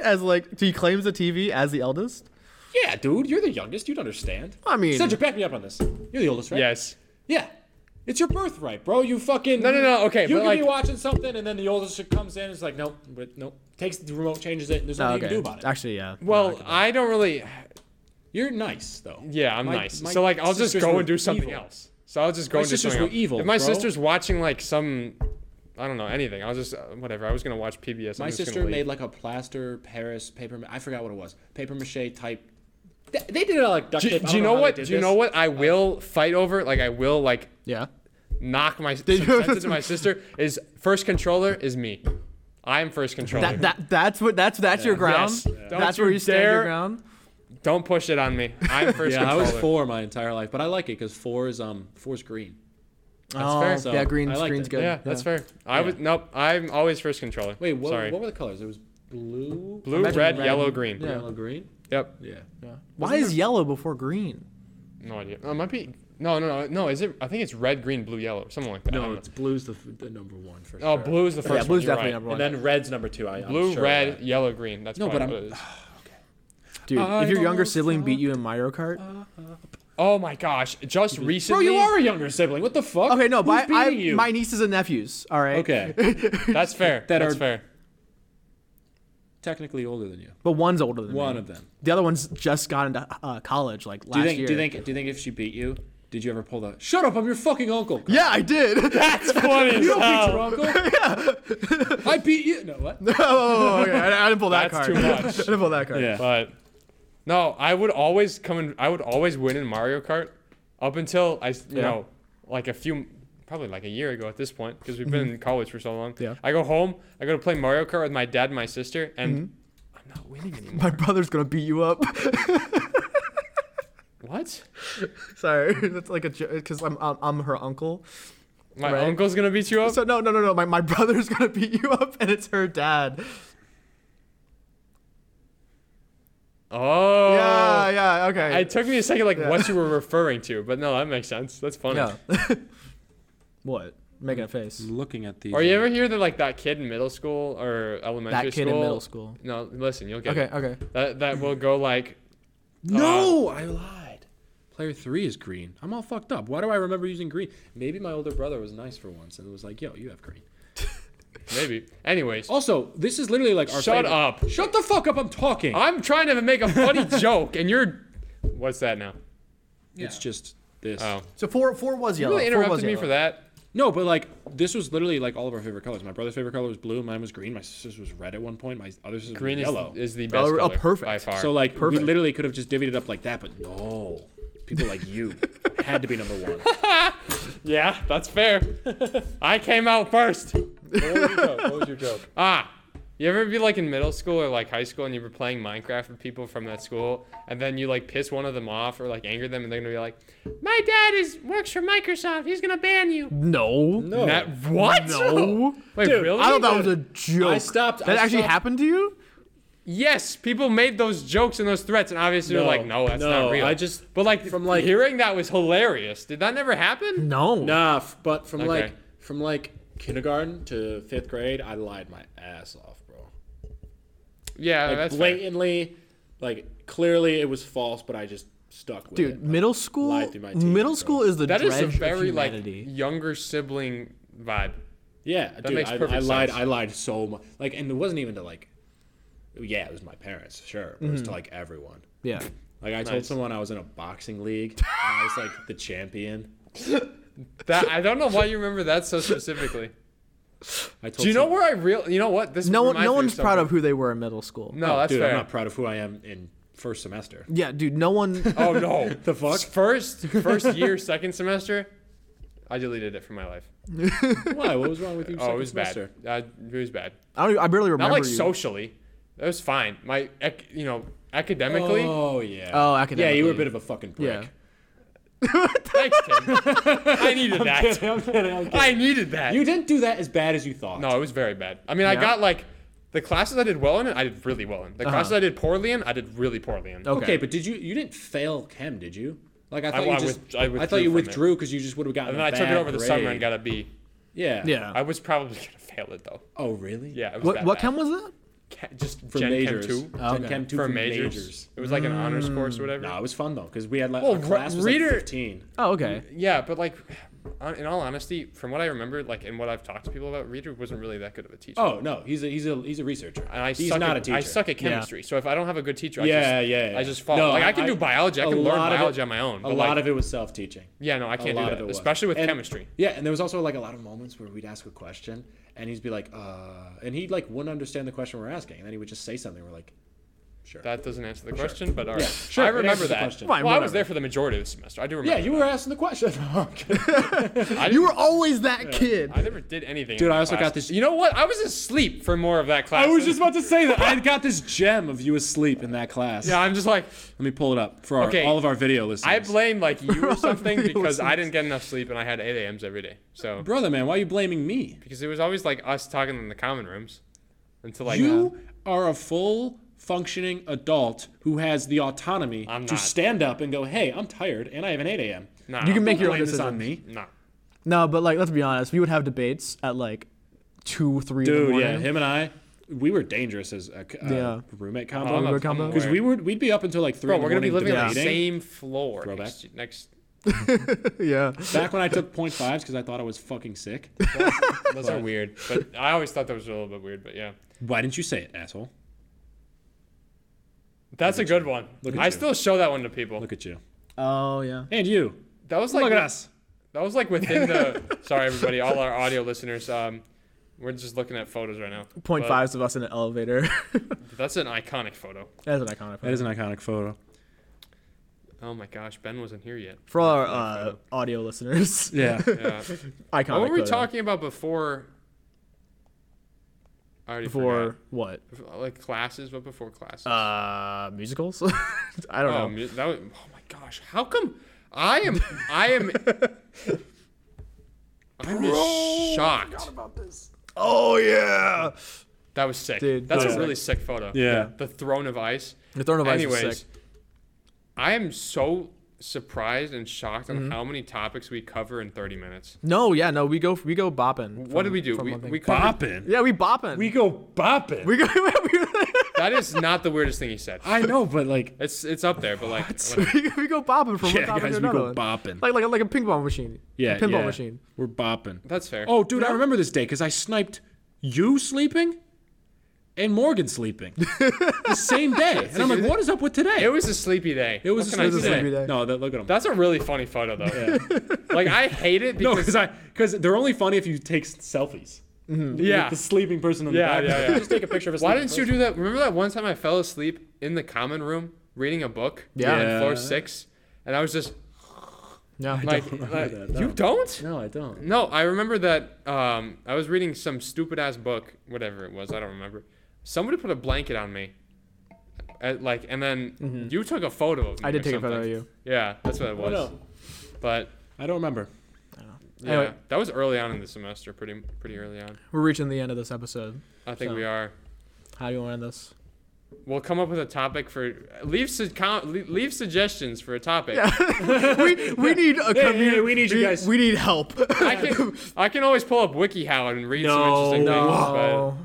B: birthright as like she claims the TV as the eldest.
C: Yeah, dude, you're the youngest. You'd understand.
B: I mean-
C: Cedric, back me up on this. You're the oldest, right?
A: Yes.
C: Yeah. It's your birthright, bro. You fucking
A: No, no, no, okay,
C: You
A: but
C: could
A: like-
C: be watching something, and then the oldest shit comes in. And it's like, nope, but nope. Takes the remote, changes it. And there's
B: Oh,
C: nothing
B: okay.
C: you can do about it.
B: Actually, yeah.
A: Well, I don't really.
C: You're nice though.
A: Yeah, I'm
C: My-
A: nice.
C: my
A: so like, I'll just
C: sisters
A: go
C: were
A: and do something
C: evil.
A: else. So I'll just go
C: My
A: and do
C: sisters
A: something
C: were
A: else.
C: evil,
A: If my
C: bro.
A: sister's watching like some, I don't know anything. I'll just uh, whatever. I was gonna watch PBS.
C: My
A: I'm just
C: sister
A: gonna leave.
C: made like a plaster Paris paper. ma- I forgot what it was. Paper mache type. They, they did it all like duct
A: Do,
C: tape.
A: do
C: I don't
A: you know
C: how they
A: what? Do
C: did
A: you
C: this.
A: know what? I will fight over. Like I will like
B: yeah.
A: knock my sentence to my sister is first controller is me. I'm first controller.
B: That, that that's what that's that's your ground.
A: Yes. Yeah.
B: That's
A: Don't
B: where
A: you
B: you stand your
A: dare-
B: ground.
A: Don't push it on me. I'm first
C: Yeah, I
A: controller.
C: was four my entire life, but I like it because four is um four is green.
B: oh,
A: fair.
B: yeah,
C: So,
B: green
C: I liked
B: screen's
C: it.
B: good.
A: Yeah, that's fair. I was nope. I'm always first controller.
C: Wait, what,
A: Sorry.
C: what were the colors? It was blue,
A: Blue,
B: Imagine
A: red,
B: red.
A: yellow, green.
B: Yeah.
C: yellow, green.
A: Yep.
C: Yeah.
B: Why is yellow before green?
A: No idea. Oh, it might be. No, no, no, no. Is it? I think it's red, green, blue, yellow, or something like that. I
C: No,
A: don't
C: it's blue's the, f- the number one for
A: know. oh,
C: sure.
A: blue is the first.
B: yeah, blue's
A: one. You're
B: definitely
A: right.
B: number one.
C: And then red's number two. I,
A: Blue,
C: I'm sure of
A: red,
C: that.
A: yellow, green. That's
C: No, but
A: probably
C: I'm-
A: what it is.
B: Dude, if your younger
C: almost
B: sibling beat you in Mario
C: Uh,
B: Kart,
A: Oh my gosh! Just
C: Bro,
A: recently.
C: you are a younger sibling. What the fuck?
B: okay, no,
C: Who's
B: but I, I
C: beating you?
B: my nieces and nephews. All right.
C: Okay.
A: That's fair.
C: That
A: that's
C: are-
A: fair.
C: Technically older than you.
B: But one's older than
C: One
B: me.
C: of them.
B: The other one's just got into uh, college like last
C: Do you think?
B: year.
C: Do you think? Do you think if she beat you, did you ever pull the? Shut up! I'm your fucking uncle.
B: Yeah, I did. Oh,
A: That's funny.
C: You don't beat your uncle. I beat you. No, what?
B: oh, okay. I, I didn't pull that
A: That's
B: card.
A: too much.
B: I didn't pull that card.
C: Yeah.
A: But no, I would always come in. I would always win in Mario Kart up until I, s- you
B: Yeah.
A: know, like a few, probably like a year ago at this point, because we've been in college for so long.
B: Mm-hmm. Yeah.
A: I go home. I go to play Mario Kart with my dad and my sister, and
B: Mm-hmm.
A: I'm not winning anymore.
B: My brother's gonna beat you up.
A: What?
B: Sorry, that's like a joke because I'm, I'm I'm her uncle.
A: My
B: Right.
A: uncle's gonna beat you up.
B: So no, no, no, no. My my brother's gonna beat you up, and it's her dad.
A: oh.
B: Yeah, yeah, okay.
A: It took me a second, like what you were referring to, but no, that makes sense. That's funny.
B: yeah. what? Making a face.
C: Looking at the. uh,
A: Or you ever hear that like that kid in middle school or elementary
B: That
A: school?
B: kid in middle school.
A: No, listen, you'll get
B: Okay,
A: it.
B: okay.
A: That that will go like
C: No, I lied. Player three is green. I'm all fucked up. Why do I remember using green? Maybe my older brother was nice for once and was like, "Yo, you have green."
A: maybe. Anyways,
C: Also, this is literally like our.
A: Shut
C: favorite-
A: up.
C: Shut the fuck up! I'm talking.
A: I'm trying to make a funny joke, and you're What's that now?
C: It's just this.
A: Oh,
D: So four four was
A: you
D: yellow.
A: really
D: four was
A: interrupted me
D: yellow.
A: for that.
C: No, but like this was literally like all of our favorite colors. My brother's favorite color was blue. Mine was green. My sister's was red at one point. My other sister's
A: Green
C: was
A: is,
C: yellow.
A: is the best
B: Oh, oh,
A: color
B: perfect.
A: by far.
C: so like
B: perfect.
C: we literally could have just divvied it up like that, but no. People like you had to be number one.
A: yeah, that's fair. I came out first.
C: What was your joke?
A: Ah, you ever be like in middle school or like high school and you were playing Minecraft with people from that school, and then you like piss one of them off or like anger them, and they're gonna be like, "My dad is works for Microsoft. He's gonna ban you."
B: No.
C: No.
A: That what?
B: No.
A: Wait,
C: Dude,
A: really?
B: I thought that was a joke.
C: stopped-
B: That
C: I
B: actually
C: stopped-
B: happened to you?
A: Yes, people made those jokes and those threats, and obviously they're
C: No,
A: like, "No, that's
C: no,
A: not real."
C: I just-
A: but like
C: from,
A: from
C: like-
A: like hearing that was hilarious. Did that never happen?
B: No.
C: Nah, f- but from like
A: Okay.
C: from like kindergarten to fifth grade, I lied my ass off, bro.
A: Yeah,
C: Like
A: Oh, that's fair.
C: blatantly, like clearly it was false, but I just stuck with
B: Dude,
C: it.
B: middle school.
C: lied through my teeth,
B: Middle
C: bro.
B: school is the
A: That
B: dredge
A: is a very
B: of
A: like
B: humanity.
A: younger sibling vibe.
C: Yeah, dude,
A: makes
C: I,
A: perfect
C: I lied.
A: sense.
C: I lied so much. Like, and it wasn't even to like. Yeah, it was my parents, sure. But It
B: Mm-hmm.
C: was to like everyone.
B: yeah.
C: Like I told someone I was in a boxing league. and I was like the champion.
A: That I don't know why you remember that so specifically.
C: I told
A: Do you know
C: some-
A: where I real? You know what? This
B: No one.
A: reminds
B: No
A: me
B: one's proud
A: something.
B: of who they were in middle school.
A: No, Oh, that's
C: Oh, dude,
A: fair.
C: I'm not proud of who I am in first semester.
B: Yeah, dude. No one.
A: Oh no,
C: The fuck?
A: First, first year, second semester, I deleted it from my life.
C: Why? What was wrong with you?
A: Oh, it
C: second
A: was
C: semester?
A: bad. Uh, it was bad.
B: I don't. I barely
A: Not
B: remember
A: like
B: you.
A: socially. That was fine. My, ec- you know, academically.
C: Oh yeah.
B: Oh,
C: Yeah, you were a
B: academically.
C: bit of a fucking
B: Yeah.
C: prick.
A: Thanks, Tim. I needed that.
C: I'm kidding, I'm kidding.
A: I needed that.
C: You didn't do that as bad as you thought.
A: No, it was very bad. I mean, I
B: Yeah?
A: got like the classes I did well in, I did really well in. The classes I did poorly in, I did really poorly in.
B: Okay.
C: Uh-huh. Okay, but did you? You didn't fail chem, did you? Like I thought
A: well,
C: you
A: I
C: just.
A: with- I withdrew
C: thought you
A: from it.
C: withdrew because you just would have gotten.
A: And
C: a
A: then I took it
C: bad
A: over the summer and
C: grade.
A: got a B.
C: Yeah.
B: Yeah.
A: I was probably gonna fail it though.
C: Oh really?
A: Yeah. It was
B: what
A: that
B: what
A: bad.
B: chem was that?
A: Ca- just
C: For
A: Gen
C: majors.
A: Chem two.
B: Oh,
C: Gen
B: okay.
C: Chem two
A: for
C: for
A: majors.
C: majors. Mm,
A: It was like an honors course or whatever.
C: No, it was fun though because we had like
A: Well,
C: our
A: re-
C: class was
A: reader-
C: like 15.
B: Oh, okay.
A: Yeah, but like, hon- in all honesty, from what I remember, like, and what I've talked to people about, Reader wasn't really that good of a teacher.
C: Oh no, he's a he's a he's a researcher.
A: And I
C: he's
A: suck
C: not
A: at,
C: a teacher.
A: I suck at chemistry, so if I don't have a good teacher,
C: Yeah,
A: I just,
C: yeah, yeah.
A: I just fall.
C: No,
A: like
C: I-
A: I can do
C: I-
A: biology, I
C: a
A: can learn
C: lot of it-
A: biology on my own.
C: A lot of it was self teaching.
A: yeah, no, I can't
C: a
A: do
C: lot
A: that,
C: of it was.
A: especially with
C: And-
A: chemistry.
C: Yeah, and there was also like a lot of moments where we'd ask a question and he'd be like, uh, and he like wouldn't understand the question we're asking, and then he would just say something. We're like, sure.
A: That doesn't answer the question, but all right.
C: sure,
A: I
C: it
A: remember
C: answers the
A: that.
C: question.
A: Well,
B: Fine,
A: I was
B: whatever.
A: there for the majority of the semester. I do
C: yeah,
A: remember.
C: you were asking the question. I'm kidding.
A: I
B: You
A: didn't-
B: were always that kid.
A: I never did anything. in
C: Dude,
A: that
C: I also
A: class.
C: got this-
A: You know what? I was asleep for more of that class.
C: I was just about to say that. I got this gem of you asleep in that class.
A: Yeah, I'm just like,
C: Let me pull it up for our,
A: Okay.
C: all of our video listeners.
A: I blame like you or something
B: Video
A: because I
B: listeners.
A: didn't get enough sleep and I had 8 a.m.s every day. So
C: Brother, man, why are you blaming me?
A: because it was always like us talking in the common rooms until like
C: you are a full functioning adult who has the autonomy
A: I'm
C: to
A: not.
C: stand up and go, "Hey, I'm tired and I have an 8 a.m."
A: nah,
B: You can make
C: Don't
B: your own
C: blame this on
B: decisions.
C: me.
A: nah.
B: No, but like, let's be honest. We would have debates at like two, three in the
C: Dude, yeah,
B: morning.
C: him and I, we were dangerous as a c- uh,
B: Yeah.
C: roommate
A: Oh, I'm
C: combo
B: Remember
A: a-
B: combo?
A: I'm
C: because
A: aware.
C: we would we'd be up until like three.
A: bro,
C: in the
A: we're gonna be
C: morning
A: living on the same
C: debating.
A: floor
C: Throwback.
A: next, next.
B: yeah.
C: Back when I took point fives because I thought I was fucking sick.
A: Those are weird, but I always thought that was a little bit weird. But yeah,
C: Why didn't you say it, asshole?
A: that's a good one.
C: Look at
A: I
C: you.
A: still show that one to people.
C: Look at you
B: Oh yeah.
C: and you.
A: That was like
C: Look at
A: wi-
C: us.
A: That was like within the. sorry, everybody, all our audio listeners. Um, we're just looking at photos right now.
B: Point
A: But
B: fives of us in an elevator.
A: That's an iconic photo.
B: That's an iconic.
C: That is an iconic photo.
A: Oh my gosh, Ben wasn't here yet.
B: For our uh, audio listeners,
C: Yeah.
A: Yeah.
B: iconic.
A: what were we
B: photo.
A: talking about before? I already
B: before
A: forgot.
B: what?
A: Before- like classes, but before classes.
B: Uh, musicals. I don't
A: oh,
B: know.
A: mu- that was, oh my gosh, how come I am I am I'm just shocked.
B: Oh yeah.
A: That was sick.
B: Dude,
A: That's a
B: that was
A: really sick photo.
C: Yeah.
A: The throne of ice.
B: The Throne of Ice was
A: Anyways,
B: sick.
A: I am so surprised and shocked on how many topics we cover in 30 minutes.
B: No, yeah, no. We go we go bopping.
A: What
B: from-
A: did we do?
B: from
A: We,
B: one thing.
A: we covered,
C: Bopping.
B: yeah, we bopping.
C: We go bopping.
B: we go. we,
A: that is not the weirdest thing he said.
C: I know, but like
A: It's it's up there, but like whatever.
B: we, go bopping from
C: Yeah,
B: one topic to
C: guys, we go
B: another. one.
C: bopping.
B: Like like like a ping pong machine.
C: yeah,
B: A pinball
C: yeah.
B: machine.
C: We're bopping.
A: that's fair.
C: Oh, dude, I remember this day because I sniped you sleeping, and Morgan sleeping the same day. And I'm like, what is up with today?
A: It was a sleepy day.
C: It was
A: What
C: a
A: can I
C: sleepy,
A: say?
B: say? Sleepy
C: day.
B: day.
C: No, that, look at them.
A: That's a really funny photo though. Like I hate it
C: No,
A: because
C: because I because they're only funny if you take s- selfies.
A: yeah.
C: the sleeping person on
A: Yeah,
C: the back.
A: yeah, yeah.
C: Just take a picture of us.
A: Why didn't you do that? Remember that one time I fell asleep in the common room reading a book
B: Yeah.
A: on floor
C: Yeah.
A: six, and I was just
B: No.
A: like,
C: remember
A: like,
C: that, no.
A: you don't?
C: No, I don't.
A: No, I remember that um, I was reading some stupid ass book, whatever it was, I don't remember. Somebody put a blanket on me, Uh like, and then
C: Mm-hmm.
A: you took a photo of me.
B: I did
A: or
B: take a photo of
A: something.
B: you.
A: Yeah, that's what it was.
C: no.
A: But
C: I don't remember.
A: yeah,
B: Anyway.
A: that was early on in the semester, pretty pretty early on.
B: We're reaching the end of this episode.
A: I think
B: So.
A: we are.
B: How do you want to end this?
A: We'll come up with a topic for leave su- com- leave leave suggestions for a topic.
B: we, we need a
C: yeah,
B: community.
C: yeah, we need you guys.
B: We need help.
A: I can I can always pull up WikiHow and read some
C: No.
A: interesting things.
B: no.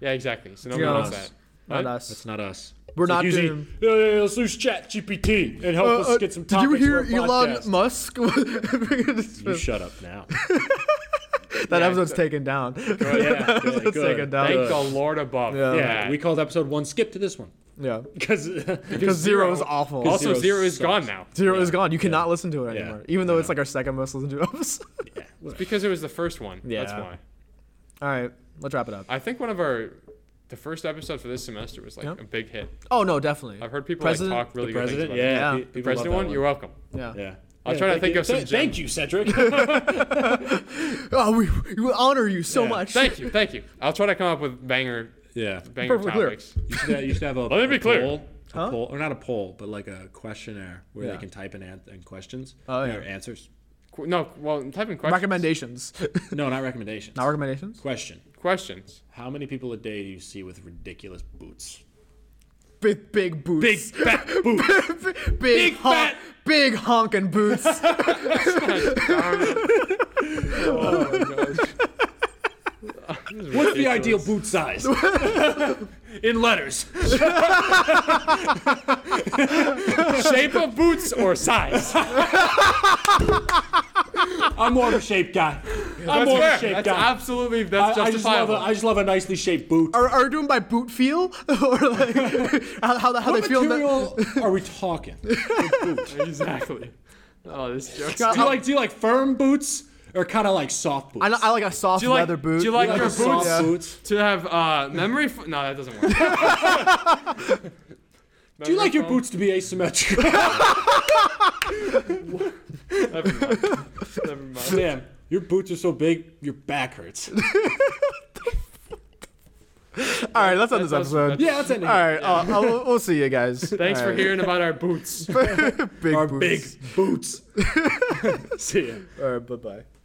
A: But yeah, exactly. So
B: It's
A: nobody
B: not
A: wants
B: us.
A: that.
B: Oh, Not
A: What?
B: us.
C: It's not us.
B: We're
C: It's like
B: not
C: usually,
B: doing-
C: Yeah, yeah, yeah, let's use Chat GPT and help
B: Uh,
C: us
B: uh,
C: get some
B: did you
C: topics
B: hear
C: for a
B: Elon
C: podcast.
B: Musk?
C: You
B: that
C: shut up now.
B: episode's taken down.
C: Oh, yeah, yeah,
B: Let's
C: good.
B: take it down.
A: Thank
C: Good.
A: the Lord above.
B: Yeah.
C: Yeah, we called episode one. Skip to this one
B: Yeah,
C: because
B: because zero is
A: zero-
B: awful.
C: Because
A: Also,
C: Zero
A: zero is
C: sucks.
A: gone now.
B: Zero is
C: Yeah.
B: gone. You
C: Yeah.
B: cannot listen to it
C: Yeah.
B: anymore, even though it's like our second most listened to episode.
A: It's because it was the first one. That's
B: Yeah.
A: why.
B: All right, let's wrap it up.
A: I think one of our the first episode for this semester was like
B: Yeah.
A: a big hit.
B: Oh no, definitely.
A: I've heard people
B: President-
A: like talk really
C: the
A: good things
C: president.
A: about it.
C: Yeah,
B: Yeah.
C: pe- people
A: The
C: love
A: president
C: that
A: one, you're welcome.
B: Yeah.
C: Yeah.
A: I'll
C: Yeah,
A: try to
C: thank
A: think
C: you.
A: of some
C: Th- Thank you, Cedric.
B: Oh, we, we honor you so
C: Yeah.
B: much.
A: Thank you, thank you. I'll try to come up with banger
C: yeah.
A: banger
B: Perfectly clear.
A: topics.
C: You should, have, you should have a,
A: Let me be
C: a
A: clear.
C: poll, a
B: Huh?
C: poll, or not a poll, but like a questionnaire where
B: Yeah.
C: they can type in an- and questions
B: Oh, yeah.
C: or answers.
A: Qu- No, well, type in questions.
B: Recommendations.
C: No, not recommendations.
B: Not recommendations.
C: Question:
A: Questions.
C: How many people a day do you see with ridiculous boots?
B: Big big boots.
C: fat boots.
B: big big hon-
C: fat-
B: big honking boots.
C: What's the ideal boot size? In letters.
A: Shape of boots or size?
C: I'm water shaped guy. I'm
A: That's
C: water
A: fair.
C: shaped
A: That's
C: guy.
A: absolutely
C: I,
A: that's
C: I just love
A: justifiable.
C: a, I just love a nicely shaped boot.
B: Are, are we doing by boot feel or like how how, the- how they
C: What
B: feel? in the-
C: material are we talking?
A: exactly. Oh, this joke.
B: God,
C: Do you like do you like firm boots or kind of like soft boots?
B: I, li- I like a soft
A: Do you like-
B: leather boot.
A: do you like
C: Like
A: your
C: a soft
A: boots?
B: Yeah.
C: boots.
A: To have uh, memory. F- no, that doesn't work.
C: Do you like your boots to be asymmetrical?
A: Never mind. Never mind.
C: Damn, your boots are so big, your back hurts.
B: All right, let's end this
A: That's-
B: episode.
C: Yeah, that's it.
B: All right, uh, I'll- we'll- we'll see you guys.
A: Thanks for hearing about our boots.
B: Big
C: Our
B: boots.
C: big boots. See ya.
B: All right, bye bye.